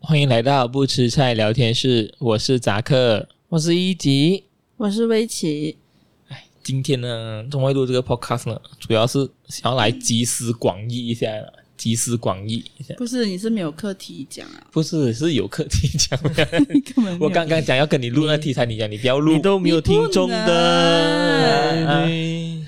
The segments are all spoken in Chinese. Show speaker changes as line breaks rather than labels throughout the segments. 欢迎来到不吃菜聊天室，我是扎克。
我是一级，
我是威奇。
今天呢，终于录这个 podcast 呢，主要是想要来集思广益一下了，集思广益一下。
不是，你是没有课题讲 啊？
不是，是有课题讲的。
你根本没有
我刚刚讲要跟你录那题材，你讲你不要录
你。都没有听众
你
不能
的，哎对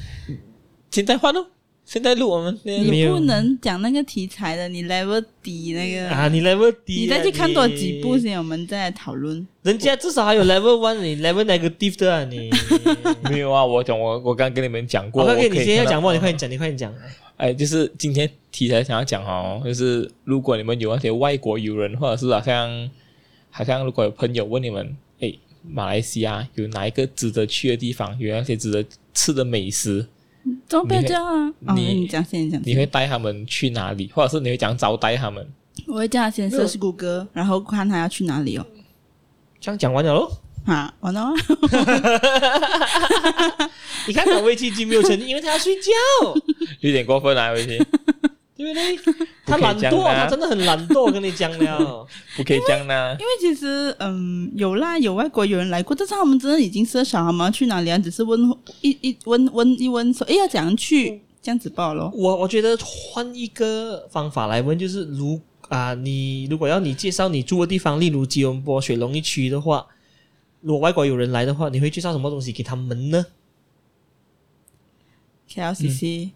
现在换哦，现在录我们现在录
没
你
有
不能讲那个题材的，你 level 低那
哎
个。
啊，你 level
你
低啊，
再去看多几部先，我们再来讨论。
人家至少还有 level one，你 level negative 的啊你。
没有啊，我讲我我刚啊跟你们讲过，
我
我
看给
可
你
以
今天要
看到
讲过，你快点讲，你快点讲。
哎，就是今天题材想要讲哦，就是如果你们有那些外国友人，或者是好像好像如果有朋友问你们，哎，马来西亚有哪一个值得去的地方，有那些值得吃的美食，
怎么不要这样啊？哦，
你
你讲先，你讲
你会
先。
带他们去哪里，或者是你会讲招待他们？
我会叫他先 search 谷歌，然后看他要去哪里哦。
这样讲完了喽。
啊，完了啊，
你看我胃气机没有成绩，因为他要睡觉，
有点过分啊，微信，
对不对？他
不可
懒
以这样
惰，
的啊
他真的很懒惰，我跟你讲 了。
不可以这样呢、
因为其实嗯，有啦，有外国有人来过，但是他们真的已经 search 好他们要去哪里啊，只是问一一问问一问说，哎，要怎样
嗯
去，这样子报咯。
我我觉得换一个方法来问，就是如啊、你如果要你介绍你住的地方，例如吉隆坡雪隆一区的话，如果外国有人来的话，你会介绍什么东西给他们呢
KLCC，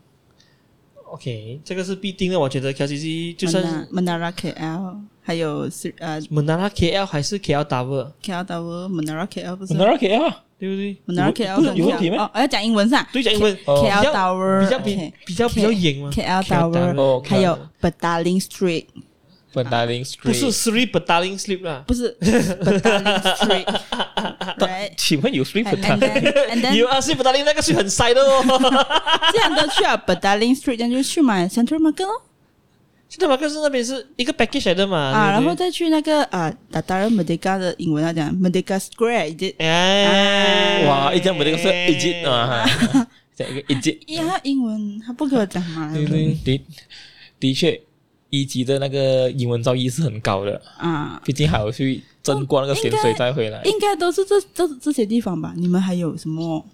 ？OK，这个是必定的。我觉得 KCC 就算
Manara KL，还有是呃
Menara KL 还是 KL Tower，
KL Tower Manara KL 不是
那 o k 啊，
对不对？
Manara
不
KL
是有问题吗
哦，要讲英文是吧
对讲英文
哦
比较
？KL Tower
比较比、比较比较严嘛。
KL
KL Tower
Tower，
哦，OK
还有 Badaling Street，
本达林 Street
不是 Three b a t a l i n g Sleep 啦，
不是 Badaling Street，right？
请问有 Street 本达
And then and
有
then
啊，Three b a t a l i n g 那个是很塞 的哦。
这样都去了 Badaling Street，这样就去买 Central Market 咯
现在马克思那边是一个 package 来的嘛，
啊，
对
然
不对
后再去那个啊 d a d a r a Merdeka 的英文要讲 Merdeka Square，
哎，
哇，一讲本那个是 Egypt 啊， 讲一个 Egypt。
因为他英文他不给我讲马来
对
文
对，的的确，一级的那个英文造诣是很高的，
啊。
毕竟还有去蒸过那个咸水再回来。
应该都是这这这些地方吧？你们还有什么？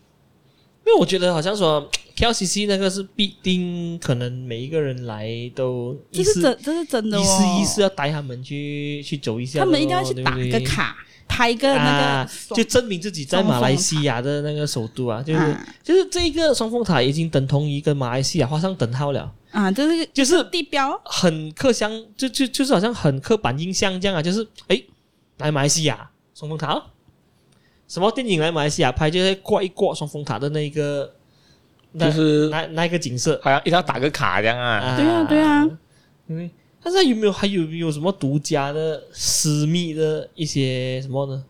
因为我觉得好像说 KLCC 那个是必定，可能每一个人来都
这
一
是
次
真，这是真的哦。
一次一次要带他们去去走一下
他
的咯，
们一定要去打
对
一
不
个
对
卡，拍一个那
啊
个，
就证明自己在马来西亚的那个首都啊，就是、
啊
就是这一个双峰塔已经等同于跟马来西亚画上等号了，
啊，这是
就是
地标
很刻相，就就就是好像很刻板印象这样啊，就是诶，来马来西亚双峰塔、哦，什么电影来马来西亚拍，就是过一过双峰塔的那一个，那
就是
那那一个景色
好像一定要打个卡这样啊，
对啊对啊，
嗯但是有没有还有没有什么独家的私密的一些什么呢？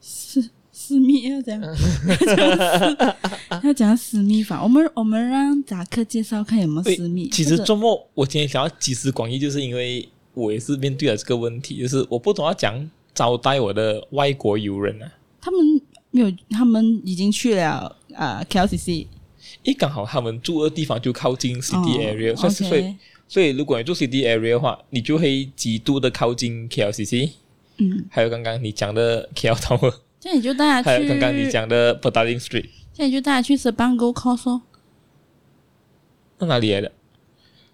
私密要 讲，啊 要讲私密法。我们我们让扎克介绍看有没有私密。
其
或
实
者
周末我今天想要集思广益，就是因为我也是面对了这个问题，就是我不懂要讲招待我的外国友人啊。
他们没有，他们已经去了啊 KLCC
因为刚好他们住的地方就靠近 city area，、
哦
所以所以
OK
所以如果你住 city area 的话，你就会极度的靠近 KLCC，
嗯，
还有刚刚你讲的 KL Tower，
这样你就带
还
他
有
去，
刚刚你
这
讲的 p a d a l i n Street。
样你就带他去 Sepang Go Course 哦。
那哪里来的？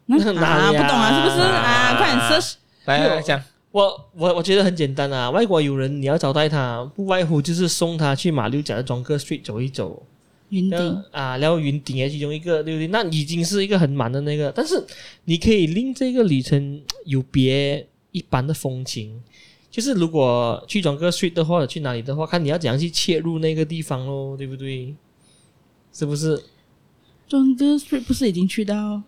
那
哪
啊，
里
不
啊
懂啊，是不是啊？快点 search
来啊
没有
来讲，
我我我觉得很简单啊，外国友人你要招待他，不外乎就是送他去马六甲的 j o n g Street 走一走，
云
然后
顶。
啊，然后云顶也其中一个，对不对？那已经是一个很满的那个，但是你可以令这个旅程有别一般的风情。就是如果去整个 street 的话，去哪里的话，看你要怎样去切入那个地方咯，对不对？是不是
中哥 Street 不是已经去到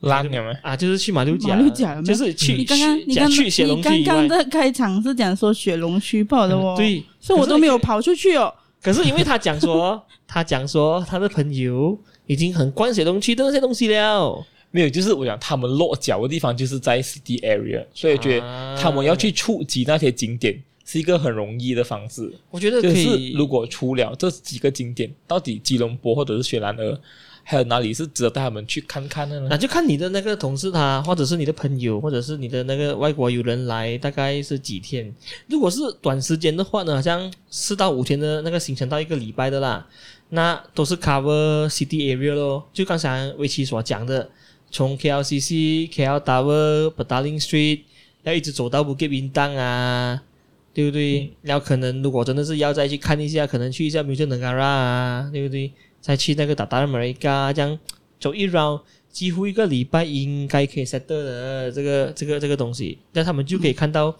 烂了吗？
啊？就是去马六甲，
马六甲了没
就
有
是去
你刚刚
去
你刚
去雪龙
你
去
刚
以外
刚，的开场是讲说雪龙区报的哦，
嗯，对，
所以我
可是
都没有跑出去哦。
可是因为他讲 说，他讲说他的朋友已经很关雪东区的那些东西了，
没有，就是我讲他们落脚的地方就是在 city area，所以我觉得
啊
他们要去触及那些景点是一个很容易的方式。
我觉得可
就
以。
是如果除了这几个景点，到底吉隆坡或者是雪兰莪，还有哪里是值得带他们去看看的
那
呢？
就看你的那个同事他，或者是你的朋友，或者是你的那个外国友人来，大概是几天？如果是短时间的话呢，好像四到五天的那个行程到一个礼拜的啦，那都是 cover city area 咯。就刚才维奇所讲的，从 KLCC、KL Tower、b a d a l i n g Street，要一直走到 Bukit Bintang 啊，对不对？
嗯
然后可能如果真的是要再去看一下，可能去一下 Museum Negara 啊，对不对？再去那个 d a d a r m a r i k a 这样走一 round。几乎一个礼拜应该可以 set 的这个这个这个东西，但他们就可以看到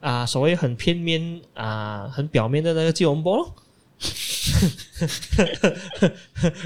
啊、所谓很片面啊、很表面的那个吉隆坡咯，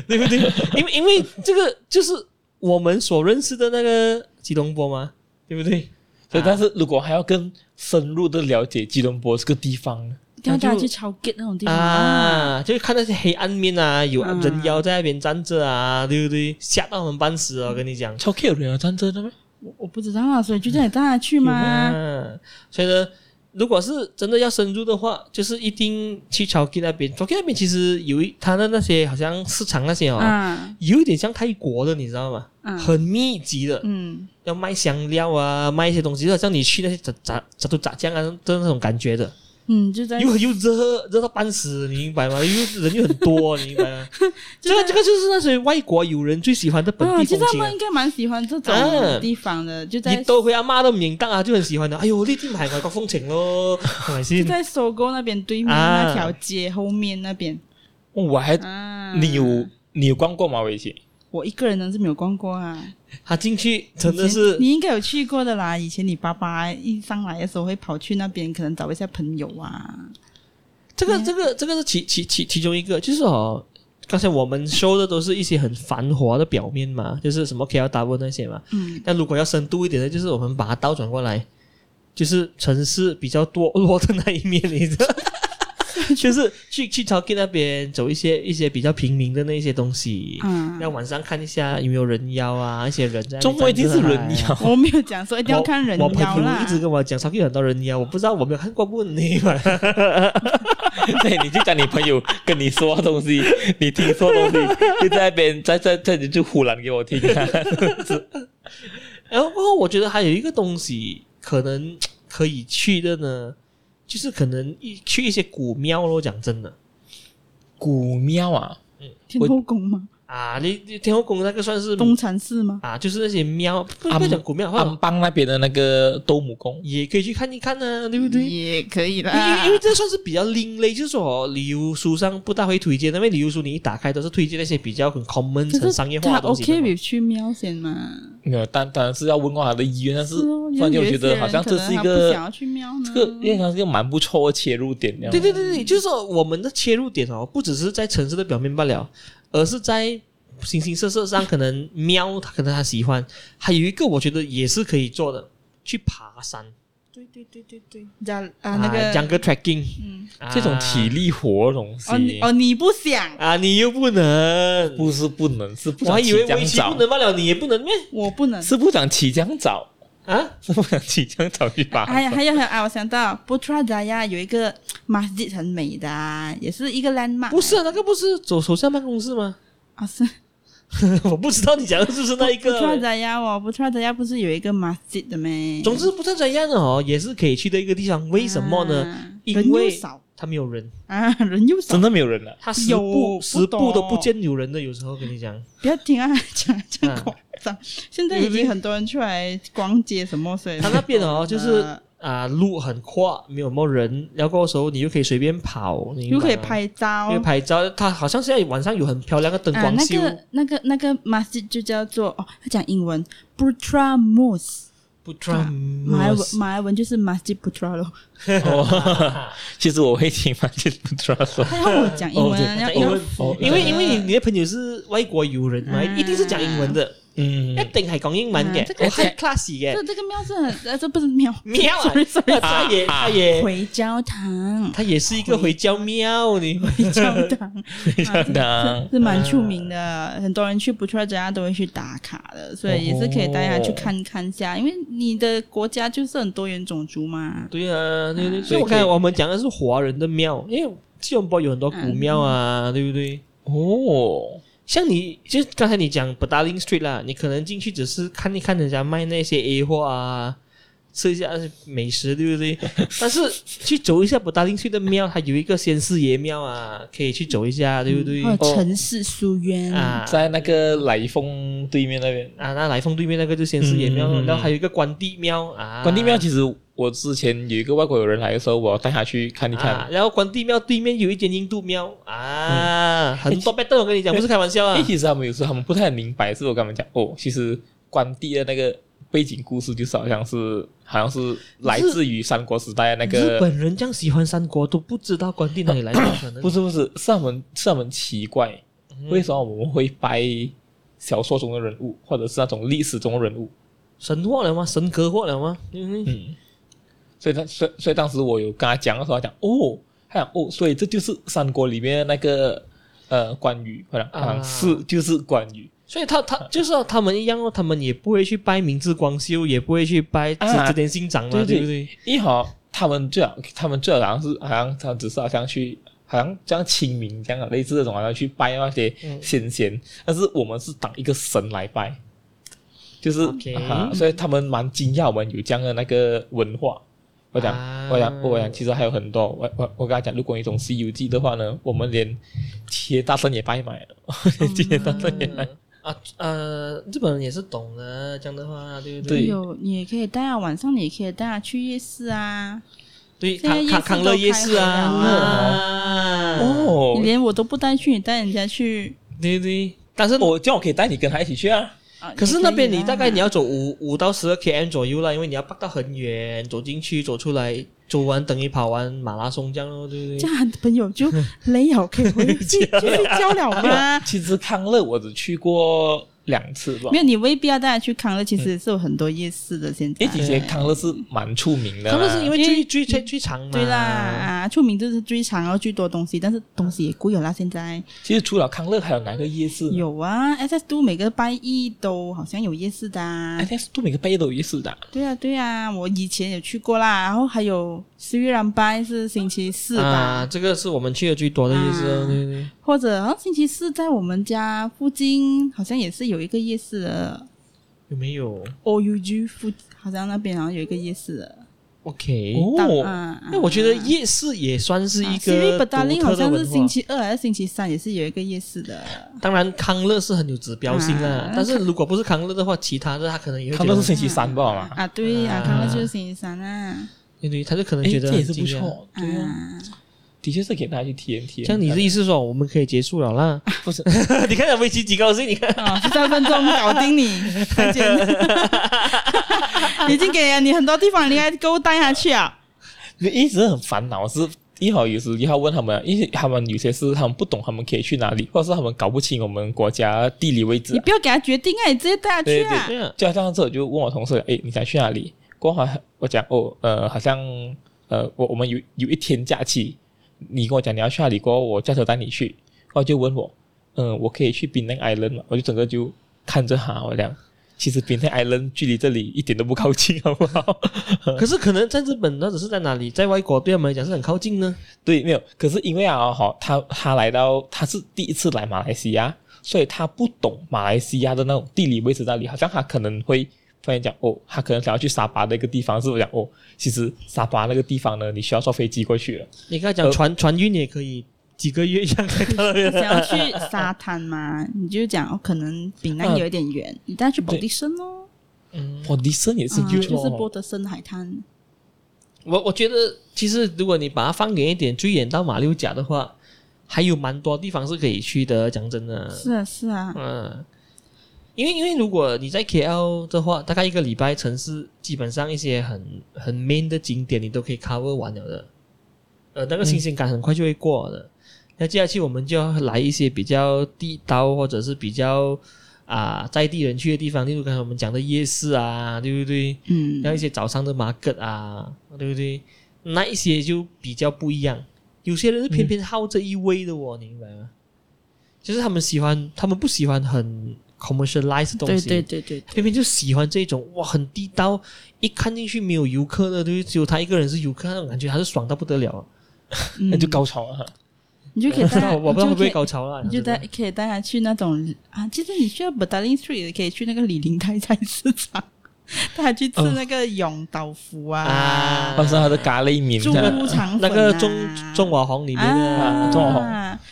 对不对？因为因为这个就是我们所认识的那个吉隆坡嘛，对不对？
所以，但是如果还要更深入的了解吉隆坡这个地方呢，
一定要大家去超 get 那种地方啊！
啊，就是看那些黑暗面啊，有
嗯
人妖在那边站着啊，对不对？吓到我们半死啊！我跟你讲，
超 K 有人要站这的吗？
我我不知道啊，所以就叫你带他去嘛。
嗯，所以呢，如果是真的要深入的话，就是一定去 Chowki 那边。Chowki 那边其实有一它的那些好像市场那些哦，
啊，
有一点像泰国的，你知道吗？
嗯
很密集的，
嗯，
要卖香料啊，卖一些东西，就好像你去那些炸炸炸都炸酱啊的那种感觉的，
嗯，就在
又又热热到半死，你明白吗？又人又很多，你明白 吗？这个这个就是那些外国友人最喜欢的本
啊，
地
其
风
实他
情、啊
们。应该蛮喜欢这
啊
种地方的，就
你
在
到佢阿媽都唔認得啊，就很喜歡啊！哎呦，呢啲咪係外國風 情咯，係咪
就
先？
在收购那边对面
啊
那条街后面那边
哦我还
啊。
你有你有逛过吗？维奇？
我一个人呢是没有逛过啊，
他进去真的
以前
是
你应该有去过的啦。以前你爸爸一上来的时候会跑去那边，可能找一下朋友啊。
这个这个这个是其其其其中一个，就是哦，刚才我们说的都是一些很繁华的表面嘛，就是什么 KLW 那些嘛。
嗯，
那如果要深度一点的，就是我们把它倒转过来，就是城市比较堕落的那一面，你知道。 就是去去 t a k 那边走一些一些比较平民的那些东西，
嗯
那、晚上看一下有没有人妖啊，一些人在那边
中国一定是
站着啊
人妖。
我没有讲说一定要看人
我我
妖
朋友
啦
一。直跟我讲 t a k 很多人妖，我不知道我没有看过不你 嘛。
对，你就讲你朋友跟你说东西，你听说东 西，就在那边在在在你就胡乱给我听、啊。
然后过后我觉得还有一个东西可能可以去的呢，就是可能一去一些古庙咯。讲真的
古庙啊，
天后宫吗？
啊，你你天后宫那个算是
东禅寺吗？
啊，就是那些庙，不
啊
不讲古庙的
安
话，
邦那边的那个斗姆宫，
也可以去看一看呢、对不对？
也可以
因
啦
为因为。这算是比较另类，就是说旅游书上不大会推荐，因为旅游书你一打开都是推荐那些比较很 common、
可
很
是
商业化
他
的东西的
OK
嘛。
with 去喵先嘛？
没有，当当然是要问过他的意愿，但是
啊
是哦，
突然间我
因为有
觉
一些
得
人
好像这是一
可能他不
个
想要去喵呢
这。个，因为它是一个蛮不错的切入点，这样
对对对对，就是说我们的切入点哦，不只是在城市的表面罢了，而是在形形色色上，可能喵，他可能他喜欢，还有一个我觉得也是可以做的，去爬山
对对对对对，加啊那
啊，jungle
个
trekking
嗯
啊
这种体力活的东
哦你
西，
哦你不想，
啊，你又不能，
不是不能，是不
我还
想
以
起
为
这
围
样
棋啊不
早，
能罢了，你也不能咩
我不能。
是不想起这样早，
啊？
是不想起这样早去吧？
还有还有还有啊！我想到 b u t r a j a y a 有一个 masjid 很美的、啊，也是一个 landmark。
不是啊，那个不是走首相办公室吗？
啊，是
我不知道你讲的是不是那一
b u t r a
个。
j a y a 哦 b u t r a j a y a 不是有一个 masjid 的咩？
总之不太怎样的哦，也是可以去的一个地方。为什么呢？
啊
因
人又
为嗯
少
它没有人。
啊， 人又少
真，的没有人啊 了，
他十
有
步
不
十步都不
懂
见有人的，有时候跟你讲，
不要听啊， 讲这样
啊
夸张。现在已经很多人出来逛街什么，所以
他那边哦，就是
呃
啊、路很阔，没有什么人，然后过的时候你又可以随便跑，你
又可以
明白吗，
拍照
又可以拍照。他好像现在晚上有很漂亮的灯
啊，
光
那
秀，
个那个那个 masjid 就叫做哦，他讲英文 Putra Mosque，
不转
马来文马来文就是 masjid Putra 咯。
哦 其实我会听嘛，就是不知道说。
他要我讲英文
哦
啊，
对
要
英
要
文哦
因为因为你你的朋友是外国友人嘛，
嗯
一定是讲英文的，
嗯
一，定系讲英文
嗯
嘅
这，
我
个
系 class 嘅
这，这个喵是很，呃，这不是喵，
喵啊
，sorry sorry，
他也他也
回教堂，
他也是一个回教喵，你
回教 堂
的，
是蛮
呃
出名的，很多人去不出来，大家都会去打卡的，所以也是可以带他去看看一
哦
下，因为你的国家就是很多元种族嘛。
对啊，对对，所
所以
以我
可以
看我们讲的是
嗯
华人的庙，因为吉隆坡有很多古庙啊，对不对？
哦，
像你就是刚才你讲 b a d a l i n Street 啦，你可能进去只是看一看人家卖那些 A 货啊，吃一下美食，对 不对？但是去走一下 b a d a l i n Street 的庙，它有一个仙四爷庙啊，可以去走一下，对不对？
还有
哦
城市书院，
啊
在那个来凤对面那边。
啊，那来凤对面那个就仙四爷庙
嗯
咯，
嗯嗯嗯
然后还有一个关帝庙啊，
关帝庙其实我之前有一个外国友人来的时候，我带他去看一看
啊。然后关帝庙对面有一间印度庙啊，很多 battle，我跟你讲，不是开玩笑
因
啊
为。哎其实他们有时候他们不太明白，是我跟他们讲哦，其实关帝的那个背景故事就是好像是好像是来自于三国时代的那
日
个，
本人这样喜欢三国都不知道关帝哪里来的， 可能
不是不是，是他们是他们奇怪，
嗯
为什么我们会拜小说中的人物，或者是那种历史中的人物？
神话了吗？神格化了吗？嗯，
嗯，所以他所以所以当时我有跟他讲的时候，他讲哦，他讲哦，所以这就是三国里面的那个呃关羽，我讲
啊
啊是就是关羽。
所以他他就是啊他们一样哦，他们也不会去拜明治光秀，也不会去拜织
啊
织田信长嘛，
对对
对不对？
一好，他们最好，他们最好好像是好像他只是好像去，好像像清明这样啊的类似这种，好像去拜那些
嗯
先贤，但是我们是当一个神来拜，就是
OK
啊所以他们蛮惊讶我们有这样的那个文化。我讲，
啊
我讲，我讲，其实还有很多。我我我跟他讲，如果你从《西游记》的话呢，我们连企业大圣也拜 买了，今年大圣也拜。
啊呃，日本人也是懂的，这样的话，对不
对
对？
有你也可以带啊，晚上你也可以带啊去夜市啊，
对，
现在
康
夜市
康康乐
都
夜
开
市啊，
了
啊，
哦
你，连我都不带去，你带人家去
对对。但是
哦我这样我可以带你跟他一起去啊。
啊？
可是
也以
那边你
啦
大概你要走五五到十二 km 左右啦，因为你要爬到很远，走进去走出来，走完等于跑完马拉松这样咯，对不
这
对？
样朋友就累了， 可以回去去
啊
睡觉了吗？
其实康乐我只去过两次吧
没。有，你未必要带他去康乐，其实是有很多夜市的。现在
诶，以前哎康乐是蛮出名的啦，
他们是因为
因为
最最最最长嘛，
对啦，啊，出名就是最长，然后最多东西，但是东西也贵了啦。现在
其实除了康乐，还有哪个夜市呢？
有啊，S S 都每个拜一都好像有夜市的、啊
哎，。但是都每个半夜都有夜市的啊。
对啊，对啊，我以前有去过啦。然后还有虽然拜是星期四吧，
啊，这个是我们去的最多的夜市哦，
啊
对对。
或者好像星期四在我们家附近好像也是有一个夜市的
有没有
O U G 附，好像那边好像有一个夜市的。
？OK，
哦，
啊，
那哎我觉得夜市也算是一
本
个独
达林啊好
特的
像是
文
星
化。
期二还是星期三，也是有一个夜市的。
当然，康乐是很有指标性的
啊，
但是如果不是康乐的话，其他的他可能也会
康
觉
乐是
得，
星期三吧嘛？
啊，对啊，
啊
刚刚就是星期三啊。
对对，他就可能
哎，
觉得
这也是
很
不
惊讶。
错，对啊，
啊，
的确是给大家去体验体验。
像你的意思说，我们可以结束了啦？
不是
你看围棋几高兴，你看。
哦，十三分钟搞 定你，再见。已经给了你很多地方，你还够带下去啊？
你一直很烦恼，是一会儿有时要问他们，因为他们有些事他们不懂，他们可以去哪里，或者是他们搞不清我们国家地理位置
你
啊。
不要给他决定啊，你直接带下去啊。
对啊，
就像这，我就问我同事，哎，你想去哪里？过后我讲哦，呃，好像呃，我我们有有一天假期，你跟我讲你要去哪里，过后我叫车带你去，过后就问我，嗯、我可以去 Penang Island 吗？我就整个就看着他，我讲，其实 Penang Island 距离这里一点都不靠近，好不好？
可是可能在日本，那只是在哪里，在外国对他们来讲是很靠近呢。
对，没有。可是因为啊，好，他他来到他是第一次来马来西亚，所以他不懂马来西亚的那种地理位置那里，好像他可能会突然讲哦，他可能想要去沙巴的一个地方，是不是讲哦，其实沙巴那个地方呢，你需要坐飞机过去了。
你刚才讲
呃
船船运也可以几个月一样可以到那边
你想要去沙滩嘛，你就讲哦，可能丙南有一点远，你带去保地森咯，
嗯
我迪森也是
啊
有、
就是波德森海滩。
我我觉得其实如果你把它放远一点，最远到马六甲的话，还有蛮多地方是可以去的。讲真的，
是啊，是啊，
嗯，因为因为如果你在 KL 的话，大概一个礼拜城市基本上一些很很 main 的景点你都可以 cover 完了的，呃，那个新鲜感很快就会过的。那接下去我们就要来一些比较地道或者是比较啊、在地人去的地方，例如刚才我们讲的夜市啊，对不对？
嗯
然，后一些早上的 market 啊，对不对？那一些就比较不一样。有些人是偏偏好这一味的哦，你明白吗？就是他们喜欢，他们不喜欢很 commercialized 的东
对
西，
对对对，
偏偏就喜欢这种哇，很地道，一看进去没有游客的，对不对，只有他一个人是游客，那种感觉还是爽到不得了啊。
那
嗯
就高潮了哈。
你就可以带他，
我我不知道会
你
不
就可
会
以
高潮了，
你就带可以带他去那种啊，其实你去 b a d a l i n Street 也可以去那个李宁泰菜市场，带他去吃
哦
那个永岛福啊、
啊，
或是他的咖喱面
猪
这样
肠粉、啊、
那个中中华红里面的
啊
啊，
中华
红，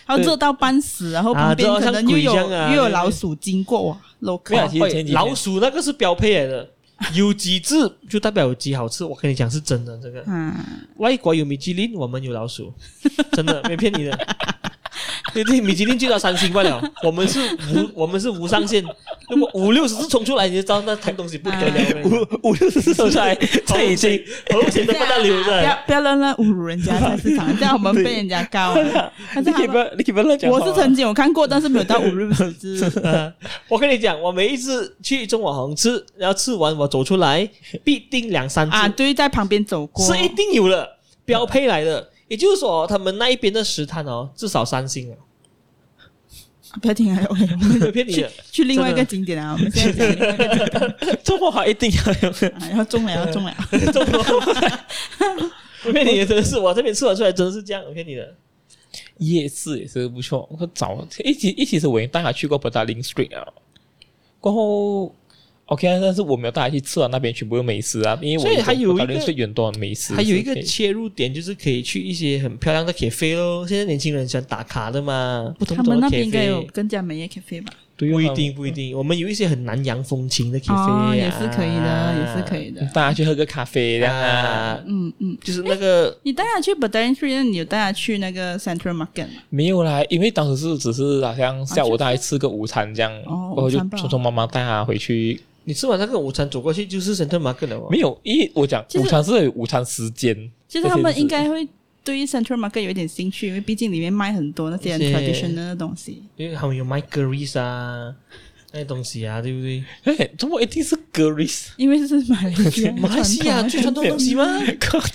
还有热到半死，然后
啊
旁边
热到
可
像
能又
鬼
有
一样啊
又有
对
老鼠经过哇，楼
没有
靠
其实前几天
老鼠那个是标配来 的，有几只就代表有几好吃。我跟你讲是真的，这个
啊，
外国有米其林，我们有老鼠， 真的没骗你的。对对，米其林就到三星罢了，我们是无我们是无上限，如果五六十次冲出来，你就知道那摊东西不得了了。
五哎五六十出来，这已经啊
头钱都不得 了
不要
的。
不要乱乱侮辱人家菜市场，这样我们被人家告。啊但是
你可以
他
不
们
要，你可以不要乱讲话
我
啊。
是曾经有看过，但是没有到五日十之。
嗯我跟你讲，我每一次去中华行吃，然后吃完我走 出来，必定两三只
啊，对，在旁边走过，
是一定有的，标配来的。也就是说，他们那一边的食摊哦，至少三 星啊，
不要听啊，OK，我们
没有骗你的。
去另外一个
真
景点啊，我们现在讲另外一个景
中国话一定要有。
点啊，然后中了， 中了，
中国我骗你的，真的是我这边吃完出来真的是这样，我骗你的。
夜市也是不错。我早一起一起是我已经带他去过 b a d a l i n Street 啊，过后 OK，啊但是我没有带他去吃啊，那边全部有美食啊，因为我
所以还有一
b
个
a d a l i n Street 有很多美食，
还有一个
是可以
切入点就是可以去一些很漂亮的 cafe 咯，现在年轻人很喜欢打卡的嘛，不同
他
不同
们那
的
边应该
cafe
有更加美业 cafe 吧？
对
不一
啊
定不一定，我们有一些很南洋风情的 cafe 啊、
哦，也是可以的，也是可以的。
带他去喝个咖啡这样啊。
啊，
嗯嗯，
就是那个
你带他去 b a d a l i n Street，那你有带他去那个 Central Market 吗？
没有啦，因为当时是只是好像下午大概吃个午餐这样，
哦
我就
午餐吧
匆匆忙忙带他回去。
你吃完那个午餐走过去就是 Center Market 了哦，
没有，因为我讲
其实
午餐是有午餐时间，
其实他们应该会对 Central Market 有一点兴趣，因为毕竟里面卖很多那些
一些
traditional 的东西。
因为他们有卖 g a r i s 啊，那些东西啊，对不对？
哎，中国一定是 g r i s
因为这是马 来西亚，
马来西亚最传统的 东西吗？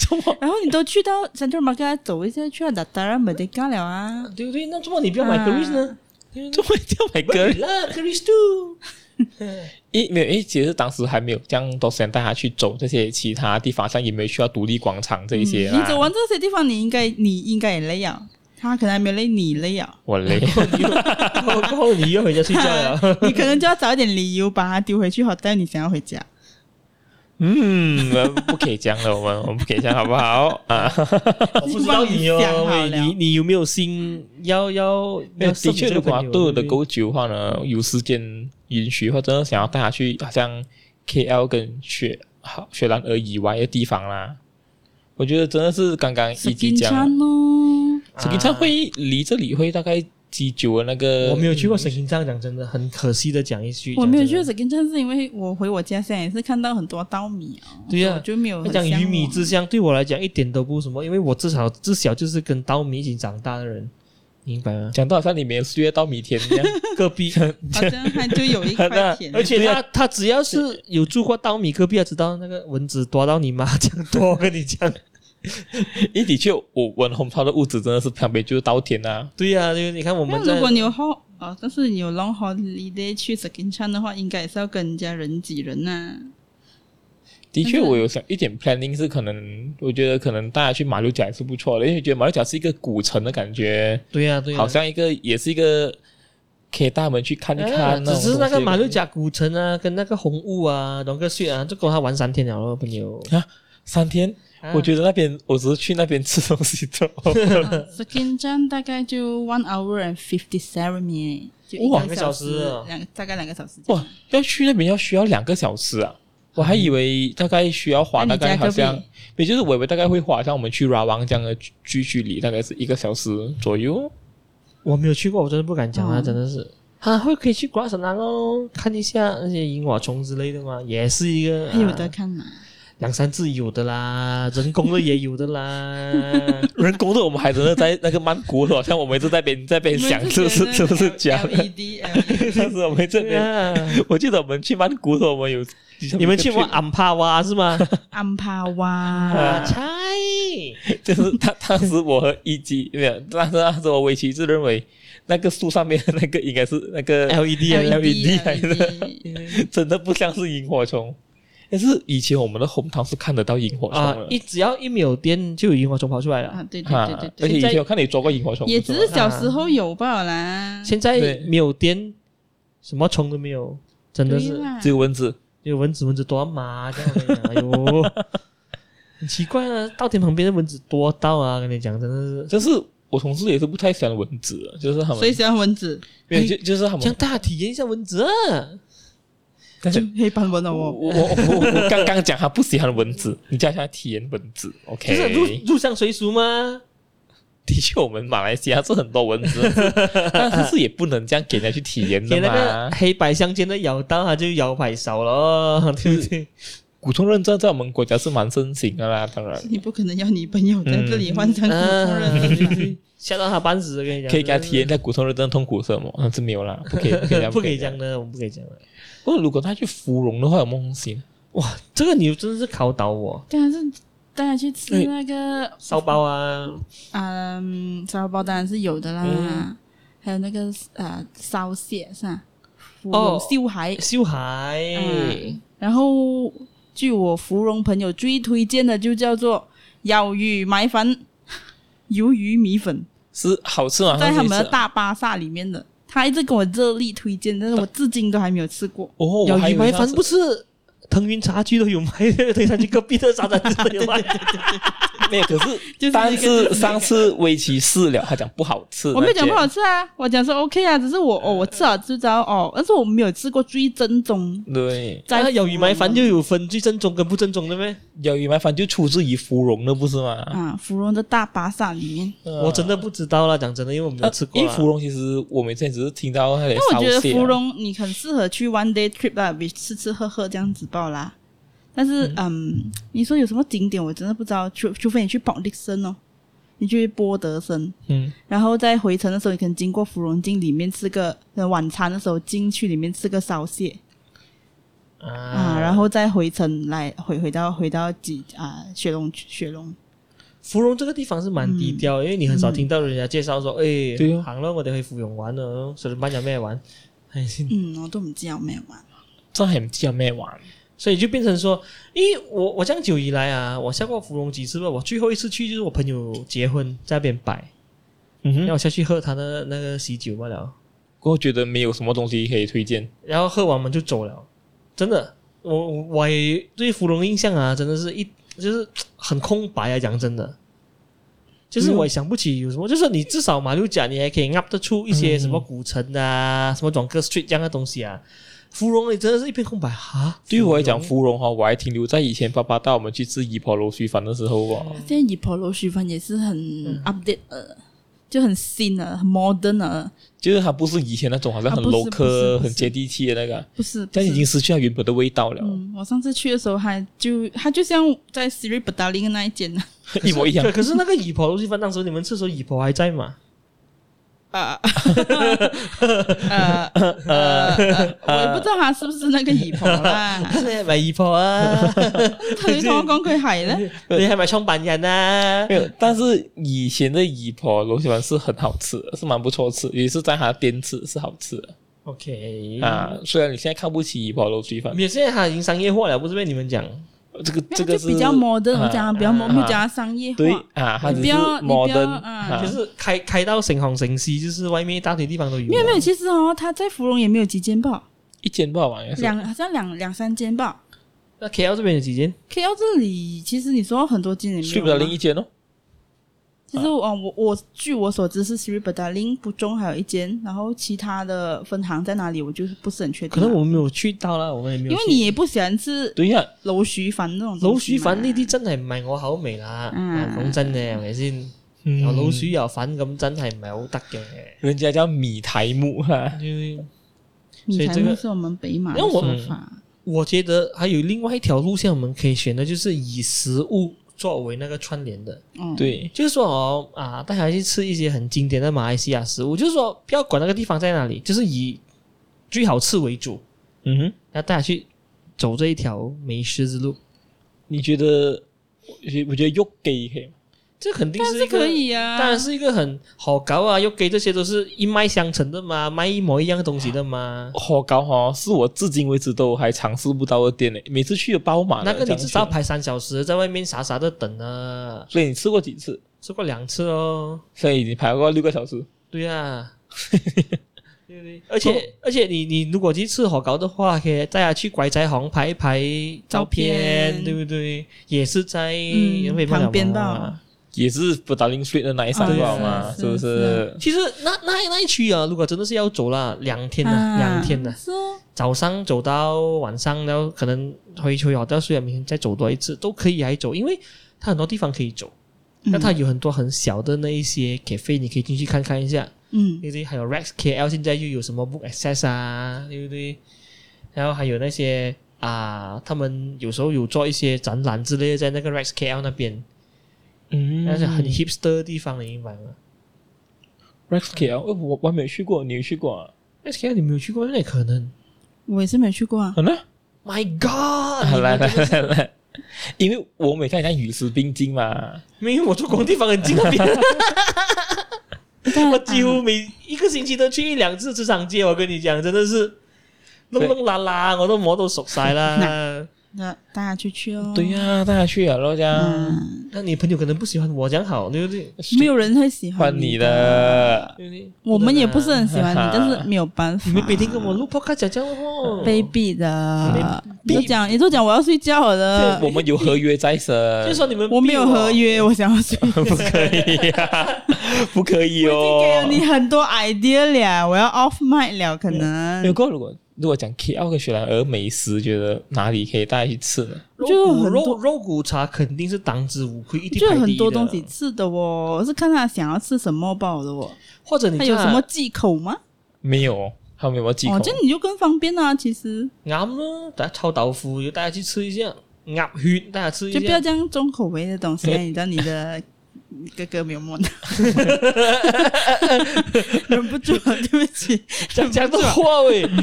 中国
然后你都去到 Central Market 走一下，去到 Datara m e d i c a 了啊。
对不对？那怎么你不要买 g a r i s 呢？对不
中国一定要买 g r i
对
s
买啦 g a r i s too。
一没有，因为其实当时还没有这样多时间带他去走这些其他地方，像也没有去到独立广场
哎
这一
嗯
些
啊
啦。
你走完这些地方，你应该你应该也累啊。他可能还没累，你累啊。
我 累，
过后你又回家睡觉了。
你可能就要找一点理由把他丢回去，好带你想要回 家。
嗯，我们不可以这样的，我们我们不可以这样，好不好？啊，
我不知道你
已经想好
哦，
了
你你有没有心要要要
的确，如果 他
对
度的够久的话呢，有时间允许或者想要带他去，好像 KL 跟雪好雪兰莪以外的地方啦，我觉得真的是刚刚一级讲，
哦，
石金川会离这里会大概几久的那个？？
啊我没有去过神行站，讲真的，很可惜的讲一句，
我没有去过
讲真的。
紫金镇，是因为我回我家乡也是看到很多稻米啊，
对呀
所以我就没有
他
很
讲
向
鱼米
往
之乡对我来讲一点都不什么，因为我至少至少就是跟稻米一起长大的人，明白 吗
讲到好像你没有约到米田一样，
隔 壁，
好像还就有一
那
块田，
而且
对
他
啊
他只要是有住过稻米，隔壁要知道那个蚊子多到你妈这样多，我跟你讲。
因为的确，我我红超的物质真的是旁边就是稻田啊。
对呀、对，你看我们
那
在
如果你有 hol 哦，但是你有 long holiday 去 Skin Chan 的话，应该也是要跟人家人挤人 呐、
的确，
嗯
但是
我有想一点 planning 是可能，我觉得可能大家去马六甲也是不错的，因为觉得马六甲是一个古城的感觉，
对呀、对呀、啊
好像一个也是一个可以带我们去看一
啊
看。
只是那个马六甲古城啊，跟那个红雾啊，龙哥睡啊，就够他玩三天了咯，朋友。
三天，
啊
我觉得那边我只是去那边吃东西 的。
s k i n Chan 大概就 one hour and fifty seven minute，就一
哇
个
两个小时啊
两个大概两个小时。
哇，要去那边要需要两个小时啊！我还以为大概需要花
那
大
你
概
家
好
隔壁
像，也就是我以为大概会花像我们去 r a w a n 这样的距距离，大概是一个小时左右。
我没有去过，我真的不敢讲啊，
嗯
真的是。啊，会可以去瓜省南咯，看一下那些萤火虫之类的嘛，也是一个、
还有哎的
啊
看嘛？
两三只有的啦，人工的也有的啦。
人工的我们还真的在那个曼谷，好像我们一直在边在边想，是不是是不是假的？
LED，
但是我们这
对
边，
啊，
我记得我们去曼谷的时候，我们有
你们去过 安帕哇是吗？
安帕哇，
啊，猜，
就是他当时我和一级没有，当时当时我围棋是认为那个树上面的那个应 该是那个
E
LED 啊
LED 来
LED
真的不像是萤火虫。但是以前我们的hometown 是看得到萤火虫
啊
的，
一只要一没有电，就有萤火虫跑出来了。
啊，对对
啊
对对
而
对，
且以
现在
前我看你抓过萤火虫，
也
不
只
吗
是小时候有罢了啦。
现在
对
没有电，什么虫都没有，真的
对
是
啦
只有蚊子。
有蚊子，蚊子多麻，这样我跟你 讲，哎呦，很奇怪啊！稻田旁边的蚊子多到啊，跟你讲，真的是。
但是我同事也是不太喜欢蚊子的，就是他们
所以喜欢蚊子，
没有就就是他们
像哎大家体验一下蚊子啊，
但是
黑斑蚊了
我
哦。
我我我我刚 刚讲他不喜欢蚊子，你叫他体验蚊子
就
，OK？
是入入乡随俗嘛。
的确，我们马来西亚是很多蚊子，但是也不能这样给人家去体验
给
的
那个
嘛。
黑白相间的咬到，它就摇摆少
嗯
了，对不对？
骨痛认证在我们国家是蛮盛行的啦，当然
你不可能要你朋友在这里患上骨痛
啊
热，
吓到他半死，跟你 讲，
可以给他体验一下骨痛认证痛苦是什 么，但是没有啦，不可以，不可以这
真
样，
的，不可
这样。
以这样的，我们不可以这样的。
不过如果他去芙蓉的话，有梦东西呢？
哇，这个你真的是考倒我，
当然是大家去吃那个
烧包啊，
嗯烧包，当然是有的啦
嗯，
还有那个呃烧蟹是吧？芙
哦
蓉烧蟹，
秀海，
哎
嗯，然后据我芙蓉朋友最推荐的就叫做鱿鱼米粉， 鱿鱼米粉，
是好吃吗？
在他们
上次
的
一次
大巴萨里面的，他一直跟我热力推荐，但是我至今都还没有吃过。
哦，我
有
还以
鱼
为
排
他
饭
是
不是腾云茶居都有卖，腾云茶居隔壁的沙滩居都 有卖。
没有，可是
就是
但
一个
是上次围棋试了，他讲不好吃，
我没有讲不好
吃。
吃啊，我讲说 OK 啊，只是我哦，我吃了就知道哦，但是我没有吃过最正宗。
对，
在
那
芙蓉
有鱼埋饭就有分最正宗跟不正宗的咩？
鱿鱼麻烦就出自于芙蓉的，不是吗？
啊，芙蓉的大巴萨里面，
呃
我真的不知道啦，讲真的，因为我没有吃过啊
因
啦。
为芙蓉其实我每次也只是听到那里
那
烧
我觉
蟹啊
得芙蓉你很适合去 one day trip 啦，比吃吃喝喝这样子罢啦。但是嗯你说有什么景点我真的不知道，除除非你去 p o n d i x o n 哦，你去波德森，
嗯，
然后在回程的时候，你可能经过芙蓉镜里面吃个呃晚餐的时候进去里面吃个烧蟹啊，然后再回程来回回到回到几啊雪龙雪龙
芙蓉这个地方是蛮低调，因为你很少听到人家介绍说，诶，
对哦
行了，我哋去芙蓉玩咯，上班有咩玩？唉
嗯，我都唔知有咩玩。
真係唔知有咩玩。
所以就变成说，咦，我我这样久以来啊，我下过芙蓉几次了，我最后一次去就是我朋友结婚在那边摆，
嗯
然后
哼，
我下去喝他的那个喜酒罢了。
我觉得没有什么东西可以推荐。
然后喝完我们就走了。真的，我我也对芙蓉印象啊，真的是一就是很空白啊。讲真的，
嗯
就是我也想不起有什么，就是你至少马六甲你还可以 up 得出一些
嗯
什么古城啊、什么转个 street 这样的东西啊。芙蓉你真的是一片空白啊！
对于我来
嗯
讲，
芙
芙蓉哈，我还停留在以前爸爸带我们去吃怡婆螺蛳粉的时候哦。
现在以婆罗徐帆也是很
嗯
update 呃，就很新了，很 modern 了，
就是它不是以前那种好像很
啊不是
low
不是
c
不是
很接地气的那个，
不是？啊不
但
是
已经失去它原本的味道了，
嗯，我上次去的时候还就它就像在 Siri b a d a l i n 那 一间呢， 啊
一模一样
对，。可是那个乙婆东西方，当时你们吃的时候，乙婆还在嘛？
啊，呃呃呃，我也不知道他是不是那个姨 婆啦。
你係咪乙婆啊？
佢同我講佢係咧，
你係咪創辦人啊
没？有，但是以前的怡婆螺蛳粉是很好吃的，是蛮不错吃，也是在它店吃是好吃的
OK
啊。虽然你现在看不起怡婆螺蛳粉，
没有，现在他已经商业化了，不是被你们讲。
这个
没
这
有
个
就是比较 modern，我讲
啊
它比较 modern，
啊
没有讲它商业
对
化。
啊，它
你
只
不
是
要你不要
modern
啊
啊，
就是开开到省行省西，就是外面一大堆地方都有。啊
没有没有，其实哦，它在芙蓉也没有几间吧，
一间不好玩也是。
两好像两两三间吧。
那 KL 这边有几间？
KL 这里其实你说很多间也没
睡
有啊
不了
吗。
另一间哦，
其实我呃我我据我所知是 Sri b a d a l i n 不中还有一间，然后其他的分行在哪里我就是不是很确定
可
啊。
能我们没有去到啦，我们也没
因
有
为
去。
你也不喜歡吃
对呀、
樓鼠粉那種
老
東
鼠
西嘛。
粉呢啲真係唔係我口味啦，
嗯
啊講真嘅係咪先？
嗯
又老鼠又粉咁真係唔係好得嘅。
人家叫米苔木哈、
米
所以
苔
这个
目是我们北马的
因为我
说法。
我觉得还有另外一条路线我们可以选的，就是以食物作为那个串联的。
嗯，
对，
就是说哦啊，带孩子去吃一些很经典的马来西亚食物，就是说不要管那个地方在哪里，就是以最好吃为主，
嗯哼，
然后带他去走这一条美食之路。
你觉得？我觉我觉得又给可以吗
这肯定
但
是一
是
个
可以啊，
当然是一个很好搞啊，又给这些都是一脉相承的嘛，卖一模一样的东西的嘛。
好高哦，是我至今为止都还尝试不到的店嘞。每次去有包满
那
的，
个你至
这
少
样去
排三小时，在外面傻傻的等啊，
所以你吃过几次？
吃过两次哦。
所以你排过六个小时。
对啊，对对，而且而且你你如果去吃火烤的话，可以带他去拐仔行拍一拍照
照片
片，对不对？也是在
嗯
人北半岛
旁边
嘛
吧
也是不打零碎的那一三
啊
包嘛，
哦是
是不
是
是？
其实那那那一区啊，如果真的是要走啦，两天呐、
啊
两天呐、
是哦
早上走到晚上，然后可能回去好到睡了，明天再走多一次都可以来啊走，因为它很多地方可以走。
嗯
那它有很多很小的那一些 cafe，你可以进去看看一下，
嗯
对不对？还有 Rex KL 现在又有什么 Book Access 啊，对不对？然后还有那些啊，他们有时候有做一些展览之类的，在那个 Rex KL 那边，
嗯
那是很 hipster 的地方，你明白吗
Rex KL，呃我我还没有去过，你有去过啊？
？Rex KL 你没有去过，那可能。
我也是没去过啊，
可能
My
哦
God！
嗯来来
你们真的
来
是
来，因为我每天好像与时并进嘛，
因为我做工地方很近 那边，我几乎
啊
每一个星期都去一两次职场街。我跟你讲，真的是
对
弄弄拉拉，我都磨都熟晒啦。
那大家去去哦。
对呀、大家去啊，老家
嗯，
那你朋友可能不喜欢我，讲好对不对？
没有人会喜欢
换你
的。
的，
对不对
我们也不是很喜欢你，
哈哈
但是没有办法。
你们每天跟我录 podcast 讲这样的话，
被逼的，
被
你都讲，你都讲我要睡觉了
我，们有合约在身，
就说你们逼
我没有 合，约，我想要睡。
不可以呀，不可以
我已经给了
哦。
你很多 idea 了，我要 off mic 了，可
有
能
过如果如果讲 KL 跟雪兰莪美食，觉得哪里可以带去吃呢？
肉
就
骨
很多
肉肉骨茶肯定是当之无愧，一定
就
排第一
很多
的
东西，吃的哦。我是看他想要吃什么包的哦。
或者你
他有
叫
什么忌口吗？
没有哦，还有没有哎忌口？
哦，这样你就更方便啦、其实
啱咯，大家臭豆腐，就大家去吃一下，鸭血大家吃一
就
下，
不要这样重口味的东西啊。你知道你的 哥哥没有摸到， 忍不住了，对不起。
讲讲的话喂。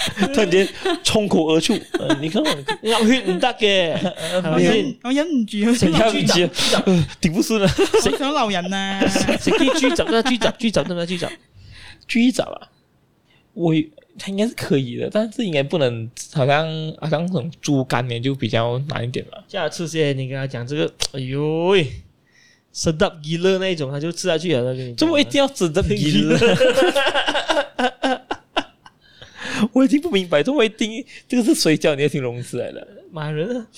突然间冲口而出，呃你看我
鸭血唔得嘅， 係
我
哎
咪先
忍？我忍唔住，我
怎
想
样
局长
接呃顶不顺了，
我想老人啊。
食啲豬雜啦，豬雜豬雜得啦，豬雜。
狙找啊！我它应该是可以的，但是应该不能，好像好像那种猪肝呢就比较难一点了。
下次先你跟他讲这个，哎呦喂，生到一乐那一种，他就吃下去了。我跟你
这
讲
我一定要指着你了。 我已经不明白，这我一定这个是谁教你的形容词来的？
马人啊。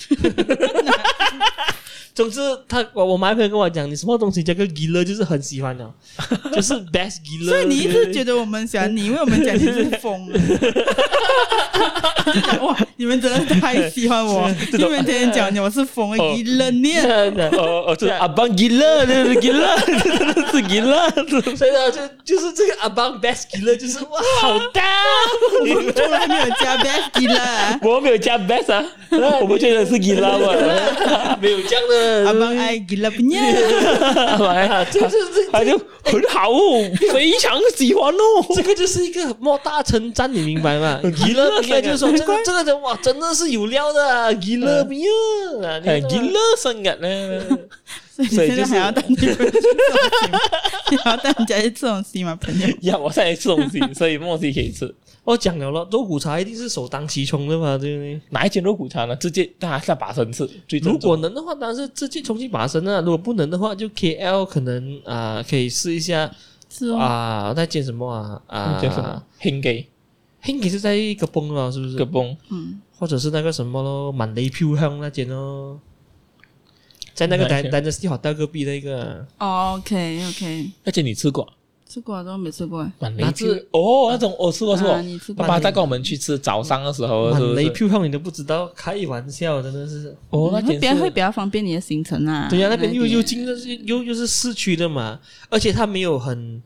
总之，他我我马来朋友跟我讲，你什么东西叫个一乐，就是很喜欢的，就是 best 一乐。
所以你一直觉得我们喜欢你，因为我们讲你是疯了。 哇！你们真的太喜欢我，
这
你
种
们天天讲我是疯了，一了念。
得。
哦哦，这是阿邦吉勒，这是吉勒，这是吉勒，
所以呢，就就是这个 above best 一乐，就是哇，好大。
我们从来没有加 Bestie 啦，
我没有加 best 啊，我们觉得是吉勒嘛。
没有这样 的。
阿邦爱 g i l a b n y
来啊，
这这这
他就很好哦，非常喜欢哦。
这个就是一个莫大称赞，你明白吗？娱乐迷啊就是说这个这个人哇，真的是有料的啊娱乐迷啊，
很嗯哎
娱
娱
乐。
乐生日啊 呢，
所以你
所以
现在
就是
还要带你们去这种戏吗？你还要带人家去这种戏吗，朋友？
呀，我现在吃东西，所以墨西可以吃。
我哦讲了咯，肉骨茶一定是首当其冲的嘛，对不对？
哪一间肉骨茶呢？直接大家下把生吃，最正宗
如果能的话，当然是直接重庆拔升啊；如果不能的话，就 KL 可能啊、可以试一下
是哦，
啊、那间什么啊啊
嗯、叫什么 h i n g a y
h i n g 是在一个崩了，是不
个
是？
崩
嗯，
或者是那个什么咯，满雷飘香那间咯，在那个
哪一
Dyn-
间
Dynasty Hotel 隔壁那个。
哦，OK OK，
而且你吃过啊
吃过都没吃过，
满雷
哪
劈
只
哦，那种哦，吃过吃过
啊。你吃过
爸爸带跟我们去吃早上的时候，是
满
不
雷
是？
票票你都不知道，开玩笑，真的是。
哦，那
嗯会比较
间
会
是
比较方便你的行程啊。
对呀、那边又又
边
近，又是又又是市区的嘛，而且他没有很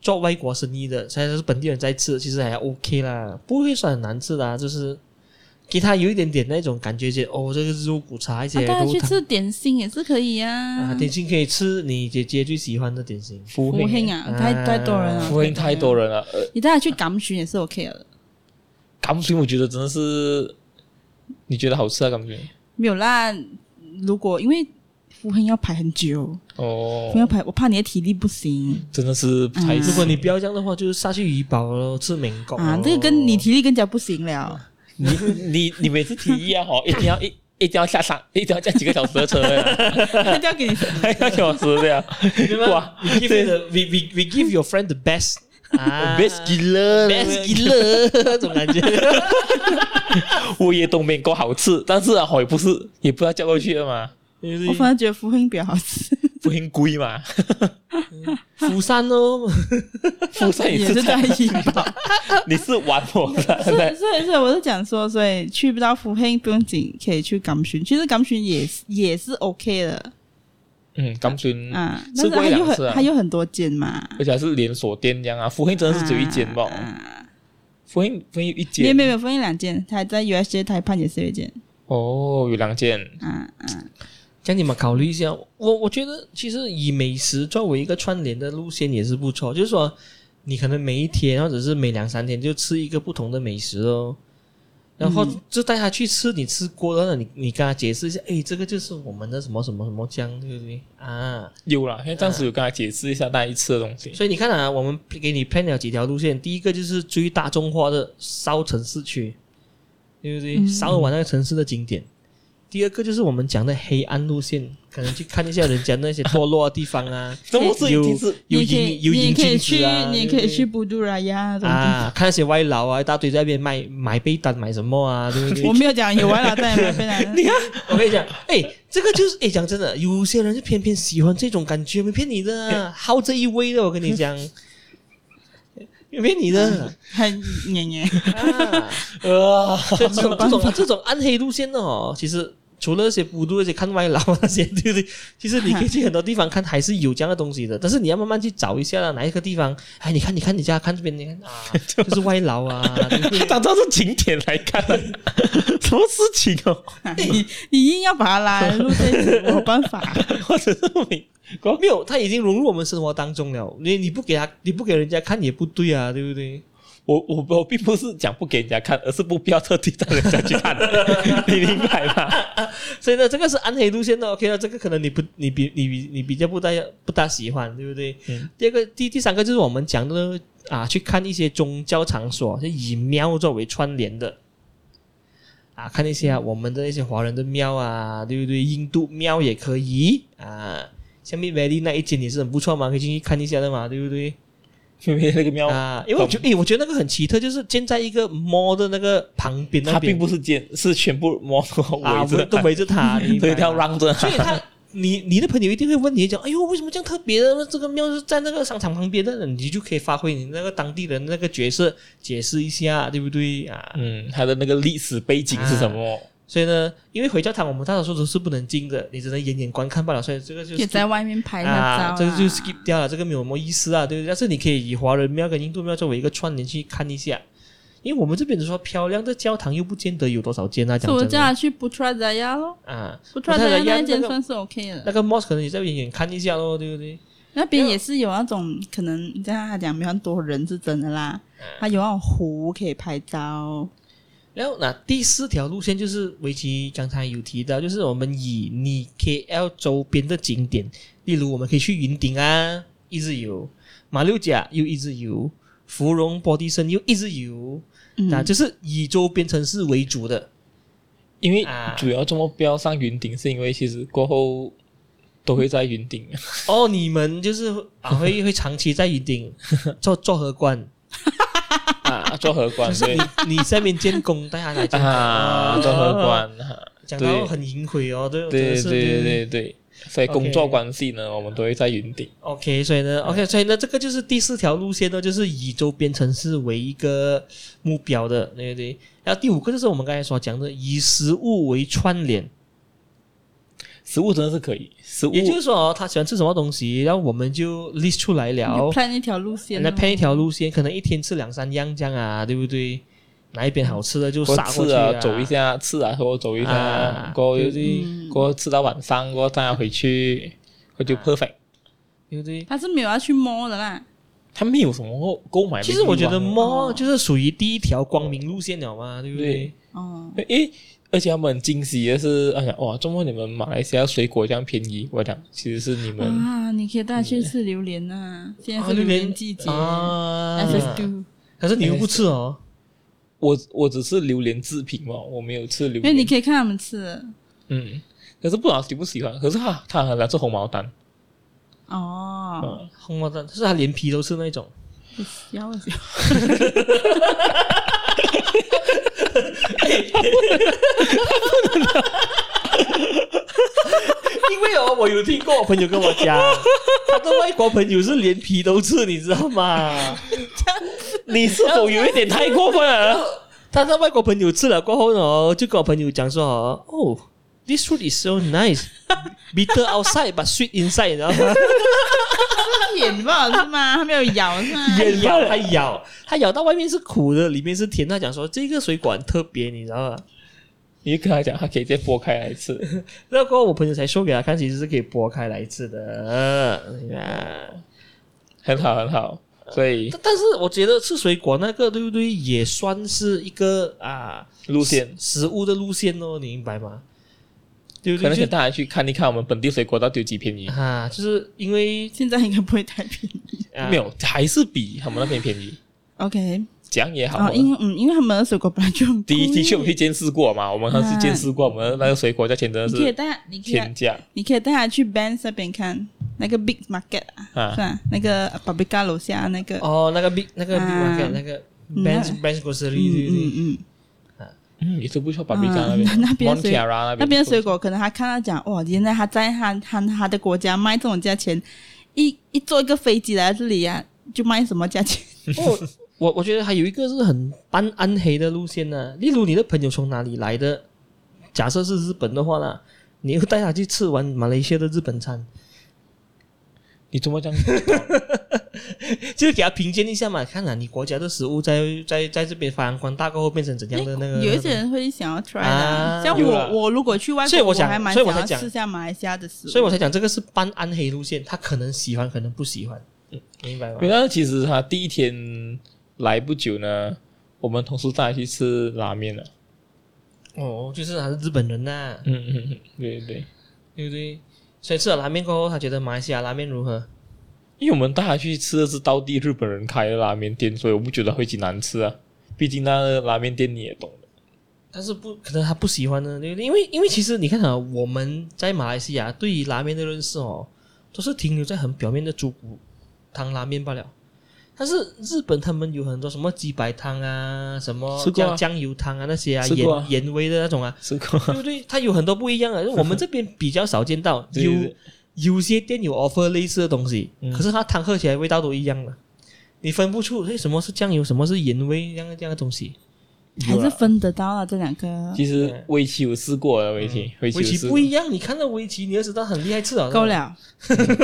做外国生意的，虽然是本地人在吃，其实还 OK 啦，不会算很难吃啦，就是给他有一点点那种感觉，觉得哦，这个是肉骨茶，一些
啊大家
肉
去
汤
吃嗯点心也是可以呀
啊，。点心可以吃你姐姐最喜欢的点心。
福
福
兴
兴
啊，
啊，太太多人了，
福兴太多。人了。呃，
你带他去港巡也是 OK 的，
港水我觉得真的是，你觉得好吃啊？港水
没有啦。如果因为复兴要排很久，
哦
复，兴要排，我怕你的体力不行
真的是才
嗯
如果你不要这样的话，就是杀去怡保咯，吃美国
嗯
啊
哦
咯，
这个跟你体力更加不 行了。
你你你每次提议啊，哦，一定要一一定要下山，一定要驾几个小时的车哎的，
一定要给你死
还要小时这样，哇
哇，we give you the we we we give your friend the best 啊
，best killer
best killer 这种感觉。
我也东边够好吃，但是啊，哦也不是也不要叫过去的嘛，
就是
我反而觉得福兴比较好 吃，
不很贵嘛，
釜山哦，
富山也
也
是
是在怡保。
你是玩我
是
的，
是是，我是讲说，所以去不到福兴不用紧，可以去甘寻。其实甘寻也是也是 OK 的，
嗯，甘醇，
啊，但
吃
是
过
它
一
有
两次
很
啊
它，有很多间嘛，
而且还是连锁店这样啊，福兴真的是只有一间吧，
啊
福兴福兴有一
没有
间
没，有没有，福兴两间，它在 USJ 台畔也是有一间，
哦，有两间，
啊啊，
叫你们考虑一下。我我觉得其实以美食作为一个串联的路线也是不错，就是说你可能每一天或者是每两三天就吃一个不同的美食哦。然后就带他去吃你吃过的，你你跟他解释一下，哎，这个就是我们的什么什么什么酱，对不对啊？
有啦，因为当时有跟他解释一下那一次的东西，，
所以你看啊，我们给你 plan 了几条路线，第一个就是最大众化的烧城市区，对不对？
嗯
烧完那个城市的景点。第二个就是我们讲的黑暗路线，可能去看一下人家那些堕落的地方啊
怎么是
有
一次？
有
你也可以
银有
你也
银
可以
镜
去
子啊，，
你也可
对不
以
对
去布杜拉呀，什么
啊，看那些歪佬啊，一大堆在那边卖买被单买什么啊，对不
地
对
方。我？没有讲有玩老蛋，也没有非常
我跟你讲，哎，这个就是哎，讲真的，有些人就偏偏喜欢这种感觉，没骗你的，啊好这一味的，我跟你讲，没骗你的。
很黏黏，
啊，
呃，
所以这种这种这种暗黑路线的哦，其实除了那些补录、那些看外劳那些，对不对？ 其实你可以去很多地方看，还是有这样的东西的。但是你要慢慢去找一下啦，哪一个地方？哎，你看，你看，你家看这边，你看啊， 就是外劳啊，对不对
当当是景点来看啊，什么事情哦？
你你硬要把它拉入这一组，我有办法，
或者是没
没有，他已经融入我们生活当中了。你你不给他，你不给人家看也不对啊，对不对？
我我我并不是讲不给人家看，而是不必要特地带人家去看， 你明白吗？
所以呢，这个是暗黑路线的。OK 了，这个可能你不，你比你比你比较不大不大喜欢，对不对？
嗯
第二个第第三个就是我们讲的啊，去看一些宗教场所，就以庙作为串联的啊，看一些、
嗯
啊、我们的一些华人的庙啊，对不对？印度庙也可以啊。像 m i Valley 那一间也是很不错嘛，可以进去看一下的嘛，对不对？
因为那个喵，
啊，因为我觉得，诶，我觉得那个很奇特，就是建在一个 mall 的那个旁边那
它并
边，
不是尖，是全部摸围
啊，我
着
们 都
它，
围着它，你明白
对，要
吗
让着它。
所以他，你你的朋友一定会问你讲，哎呦，为什么这样特别的？这个庙是在那个商场旁边的，你就可以发挥你那个当地人的那个角色，解释一下，对不对啊？
嗯，它的那个历史背景是什么？
所以呢，因为回教堂我们大多数都是不能进的，你只能远远观看罢了。所以这 个就
也
是
在外面拍一下
啊，
照
这
啦
个就 skip 掉了，这个没有什么意思啊，对不对？但是你可以以华人庙跟印度庙作为一个串联去看一下。因为我们这边说漂亮的教堂又不见得有多少间啊，
所以
讲
我
真
叫
的
他去布杜拉呀咯，
啊，
布杜拉呀那一
那
间
个
算是 OK 的。
那个 mosque 可能也在远远看一下咯，对不对？
那边也是有那种可能，你像他讲没有很多人是真的啦，他有那种湖可以拍照，
然后那第四条路线就是围棋，刚才有提到，就是我们以你 KL 周边的景点，例如我们可以去云顶啊，一日游；马六甲又一日游；芙蓉、波地森又一日游。
嗯，
那就是以周边城市为主的。
因为
啊
主要这么标上云顶，是因为其实过后都会在云顶。
哦，你们就是啊，会会长期在云顶 做做荷官，
啊， 做荷官对
你在那边建工，带他来建工
啊，做荷，
哦
官啊
讲到
对
很隐晦哦，对真的
对
是
对对对对，所以工作关系呢，我们都会在云顶。
OK，所以呢，OK，所以呢，这个就是第四条路线呢，就是以周边城市为一个目标的，对不对？然后第五个就是我们刚才所讲的，以食物为串联，
食物真的是可以，食物
也就是说、他喜欢吃什么东西，然后我们就 list 出来
你
了，
plan 一条路线咯，
来配一条路线，可能一天吃两三样这样啊，对不对？哪一边好吃的就
过
撒过
吃
去
啊，走一下，吃啊，过后走一下
啊，
过后
对不对？
嗯，
过后吃到晚上，过后再回去，我就 perfect。
对不对？
他是没有要去摸的啦，
他没有什么购买的欲望啊。
其实我觉得
对
猫就是属于第一条光明路线了嘛，对不
对
对？
哦，
诶，而且他们很惊喜的是，哎呀，哇，怎么你们马来西亚水果这样便宜？我讲，其实是你们
啊，你可以带去吃榴莲呐、现在
啊
是
榴
榴
莲
莲季节。
啊
F S two，
可是你又不吃哦，
我我只吃榴莲制品嘛，我没有吃榴
因为
莲。
你可以看他们吃
嗯，可是不知道喜不喜欢。可是他他很难吃红毛丹，
哦，
嗯，
红毛丹，就是它连皮都是那种。
要 不要
因为哦，我有听过我朋友跟我讲，他的外国朋友是连皮都吃，你知道吗？你是否有一点太过分了？他的外国朋友吃了过后呢，就跟我朋友讲说哦哦，this fruit is so nice, bitter outside but sweet inside，你知道吗？
演吧是吗？他没有咬是吗？
也咬，他咬，他咬到外面是苦的，里面是甜的。他讲说这个水果很特别，你知道吗？
你就跟他讲，他可以再剥开来吃。
那过后我朋友才说给他看，其实是可以剥开来吃的。啊
很好很好。所以
但但是我觉得吃水果那个对不对，也算是一个啊
路线
食物的路线哦，你明白吗？对不
可能
对？
请
就
大家去看一看我们本地水果到底有几便宜，
啊，就是因为、
现在应该不会太便宜。
啊、
没有还是比他们那边便宜，
OK，
讲也好
哦，
嘛。
因为嗯，因为他们的水果本来就很
第一
贵
的确我们去见识过嘛，我们还是见识过，我们那个水果价钱真的
你可以
是
带，你可以
天价
你可以带他去 Benz 那边看那个 Big Market 啊，
啊
是！吧？那个 b a b i c a 楼下那个，
哦，那个 big 那个 big
啊
market、那个
嗯
bench bench grocery
嗯
对不对？
嗯
嗯，也是不错，巴比加那
嗯
边，
那边
Mont
水
Kiara 那
嗯，那边
边
的水果可能他看到讲，哇，原来他在他他他的国家卖这种价钱，一一坐一个飞机来这里啊，就卖什么价钱？
哦，我我觉得还有一个是很暗暗黑的路线呢、例如你的朋友从哪里来的，假设是日本的话啦，你又带他去吃完马来西亚的日本餐，
你怎么 讲？
就是给他评鉴一下嘛，看啊，你国家的食物在在在这边发扬光大过后变成怎样的那 个。
有一些人会想要 try 的
啊
啊，像
有啦
我我如果去外
所以
国，
我想
还蛮
所以
想
我才
要
讲
试下马来西亚的食物，
所以我才讲这个是半暗黑路线，他可能喜欢，可能不喜欢，嗯，明白吗
因为？那其实他第一天来不久呢，我们同事带他去吃拉面啊了。
哦，就是他是日本人呐、
嗯嗯嗯，对对对，
对不对？所以吃了拉面过后，他觉得马来西亚拉面如何？
因为我们带他去吃的是当地日本人开的拉面店，所以我不觉得会去难吃啊。毕竟那个拉面店你也懂的，
但是不可能他不喜欢呢，对不对？因为因为其实你看啊，我们在马来西亚对于拉面的认识哦，都是停留在很表面的猪骨汤拉面罢了。但是日本他们有很多什么鸡白汤啊，什么
吃过啊
酱酱油汤啊那些啊，
吃过啊
盐盐味的那种啊，
吃过。
对不对？它有很多不一样啊， 我们这边比较少见到
对对
有
对
有些店有 offer 类似的东西，
嗯
可是它汤喝起来味道都一样的，你分不出哎什么是酱油，什么是盐味这样这样的东西。
还
有啦
是分得到啊了这两个
其实嗯围棋我试过了，啊围棋围棋
围
有
棋
试
不
过
一样，你看到围棋，你就知道很厉害吃了。
够 了，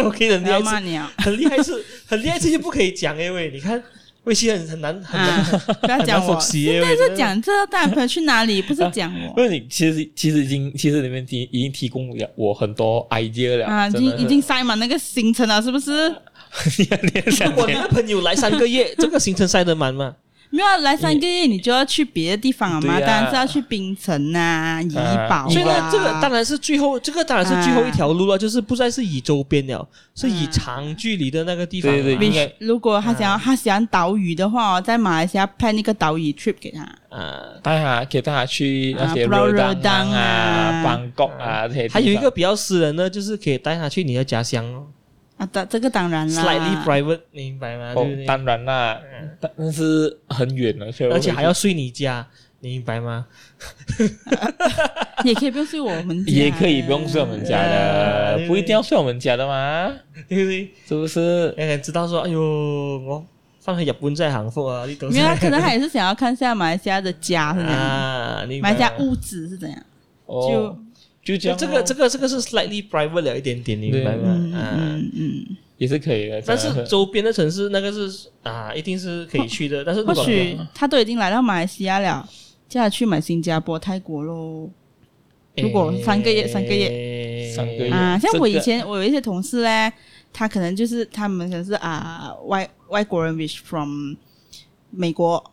，OK，很
不
厉
要
害
骂
吃，
你啊，
很厉害吃，很厉害吃就不可以讲哎喂，你看围棋很很难 很难
啊，不要
很难
讲
复
我，
习哎喂，
但是
真的
讲这带朋友去哪里，不是讲我。
因为你其实其实已经其实你们提已经提供了我很多 idea 了
啊，已
真的
经
是
已 经塞满那个行程了，是不是？
如果你的朋友来三个月，这个行程塞得满吗？
没有啊来三个月，你就要去别的地方了嘛？
对啊
当然是要去槟城啊、怡保啊。
所以呢，这个当然是最后，这个当然是最后一条路了，就是不再是以周边了，是以长距离的那个地方了。啊
对对对应该
如果他想要他喜欢岛屿的话哦，在马来西亚派那个岛屿 trip 给他，
啊，
带他给大家去那些
啊，Pulau
Rotan
Redang
啊、
啊
邦国啊这些地方。
还有一个比较私人的，就是可以带他去你的家乡哦
啊，当这个当然啦。
，slightly private，明白吗？
啊哦
对不，对？
当然啦，但但是很远了，所以我
而且
回
还要睡你家，你明白吗？
也可以不用睡我们家，
去也可以不用睡我们家
啊
的
对，
不一定要睡我们家的嘛，
对不对？
是不是？
让人知道说，哎呦，我翻去日本真系幸福啊！呢度
没有啊，可能他也是想要看一下马来西亚的家是怎样，
啊，你明
马
白
来
吗
西亚物质是怎样，就
哦，就这
就
样哦，
这个这个这个是 slightly private 了一点点，你明白
嗯
吗？啊。
嗯嗯
也是可以的，
但
真
是
的
周边的城市那个是啊，一定是可以去的。但
嗯，
是如果
或许他都已经来到马来西亚了，叫他去买新加坡、泰国喽。如果三个月三个
月
三个月
啊，像
这
我以
个
前我有一些同事嘞，他可能就是他们可能是啊外外国人 which from 美国，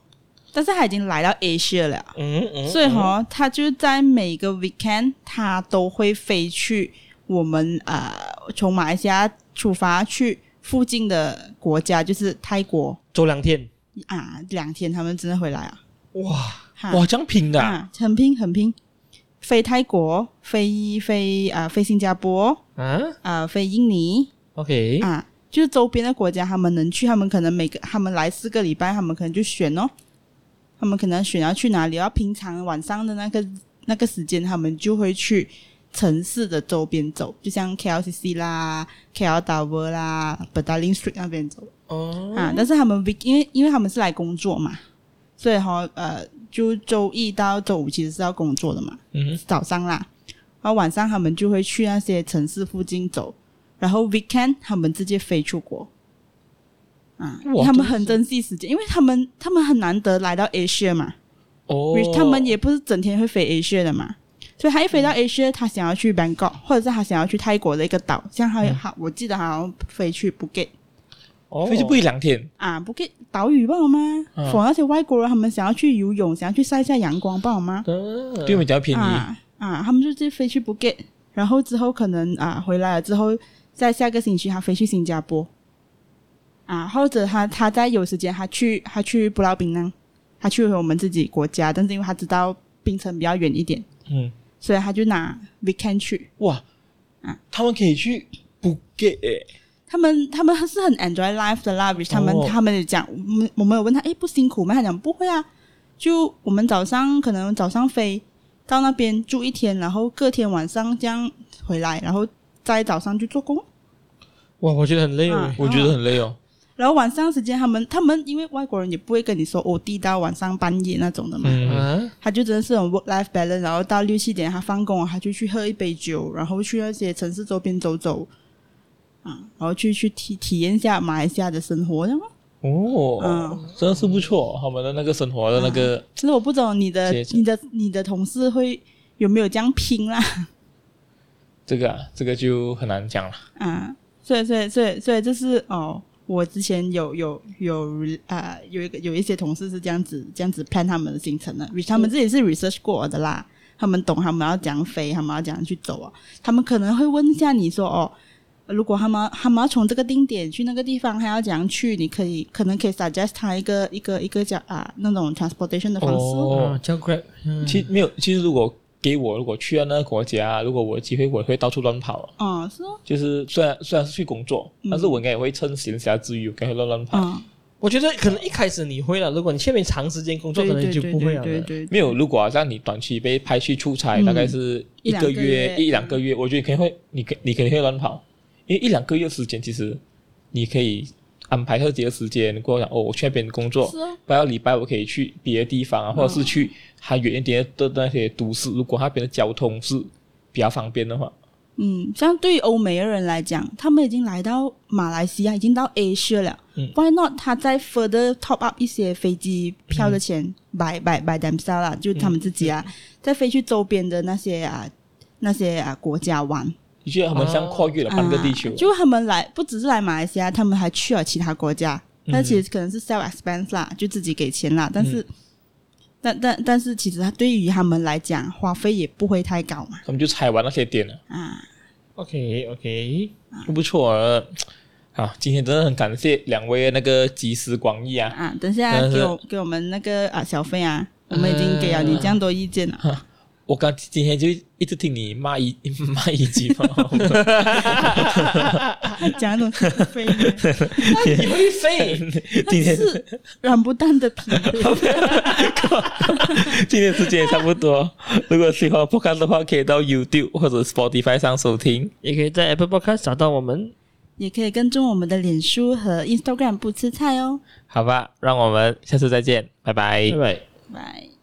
但是他已经来到 Asia 了，
嗯嗯，
所以
嗯
哈、他就在每个 weekend 他都会飞去我们呃从马来西亚出发去附近的国家，就是泰国
周两天，
啊，两天他们真的回来啊，
哇
哈
哇，这样拼的啊，
啊，很拼很拼，飞泰国，飞飞啊、飞新加坡
啊
啊、飞印尼
，OK，
啊。就是周边的国家，他们能去，他们可能每个他们来四个礼拜，他们可能就选哦，他们可能选要去哪里。要平常晚上的那个那个时间，他们就会去城市的周边走，就像 KLCC 啦、KL Tower 啦、b e d a l i n Street 那边走。
哦，
啊，但是他们 week 因为因为他们是来工作嘛，所以哈、呃，就周一到周五其实是要工作的嘛，
嗯哼，
早上啦，然后晚上他们就会去那些城市附近走，然后 weekend 他们直接飞出国。啊
哇，
他
真
们
的
很
是
珍惜时间，因为他们他们很难得来到 Asia 嘛，
哦，
他们也不是整天会飞 Asia 的嘛，所以他一飞到
嗯
Asia，他想要去 Bangkok，或者是他想要去泰国的一个岛，像
嗯
他有他，我记得他好像飞去 Phuket，
哦
飞去不一两天，
啊，不给岛屿不好吗？
嗯
否、那些外国人他们想要去游泳，想要去晒一下阳光不好吗？
嗯
对我们比较便宜，
啊啊，他们就直接飞去不给，然后之后可能啊回来了之后，在下个星期他飞去新加坡，啊，或者他他在有时间他去他去布拉槟榔，他去回我们自己国家，但是因为他知道槟城比较远一点，
嗯，
所以他就拿 weekend 去。
哇
啊，
他们可以去哎不给诶，
他们他们是很 enjoy life 的啦，他们、
哦
他们也讲，我们我们有问他，诶，哎不辛苦吗？他讲不会啊，就我们早上可能早上飞到那边住一天，然后隔天晚上这样回来，然后再早上去做工，
哇，我觉得很累哦
啊。
我觉得很累哦，
然后晚上时间他们他们因为外国人也不会跟你说哦，地到晚上半夜那种的嘛，
嗯，
啊，
他就真的是很 work life balance，然后到六七点他放工，他就去喝一杯酒，然后去那些城市周边走走。啊，然后去去体体验一下马来西亚的生活，这样咯
哦
嗯，
真的是不错，他们的那个生活的那个
其实我不懂你的
接着
你的你的同事会有没有这样拼啦，
这个啊，这个就很难讲了，
啊，所以所以所以所以这是哦，我之前有有有啊、有一个有一些同事是这样子这样子 plan 他们的行程的，他们自己是 research 过的啦，他们懂他们要怎样飞，他们要怎样去走啊，他们可能会问一下你说哦。如果他们他们要从这个定点去那个地方，还要怎样去？你可以可能可以 suggest 他一个一个一个叫啊那种 transportation 的方式咯
哦
啊，叫 Grab，嗯
其没有，其实如果给我，如果去到啊那个国家，如果我有机会，我也会到处乱跑啊。
哦，是哦，
就是虽然虽然是去工作，
嗯
但是我应该也会趁闲暇之余，我应该会乱乱跑。
嗯，
我觉得可能一开始你会了，如果你下面长时间工作，可能就不会了。
对对对对对
没有，如果啊，让你短期被派去出差，
嗯
大概是一个月
一两个月
一两个月，我觉得你肯定会，你肯你肯定会乱跑，因为一两个月时间其实你可以安排特己的时间，跟我讲哦，我去那边工作
是，
啊
嗯哦，
不要礼拜我可以去别的地方啊，或者是去还远一点的那些都市，如果那边的交通是比较方便的话，
嗯，像对于欧美的人来讲，他们已经来到马来西亚，已经到 Asia 了。
嗯
Why not？他再 further top up 一些飞机票
嗯
的钱、by by by themselves 啦，就他们自己啊，再飞去周边的那些啊那些啊国家玩。
你觉得他们像跨越了半个地球
啊，就他们来不只是来马来西亚，他们还去了其他国家。
嗯
那其实可能是 self expense 啦，就自己给钱啦。
嗯
但是，但但但是，其实他对于他们来讲，花费也不会太高嘛。
他们就踩完那些点了，
啊，
OK OK，
不错啊。啊，今天真的很感谢两位那个及时广益啊！
啊，等下
但是
给我给我们那个啊小费啊，我们已经给了你这样多意见 了。
我刚今天就一直听你骂一 骂一集 嘛，
他哎讲那种小费 呢，
你会飞？
今天
是软不蛋的皮。
今天时间也差不多。如果喜欢 Podcast 的话，可以到 YouTube 或者 Spotify 上收听。
也可以在 Apple Podcast 找到我们。
也可以跟踪我们的脸书和 Instagram 不吃菜哦，
好吧，让我们下次再见，拜拜
拜拜。
拜。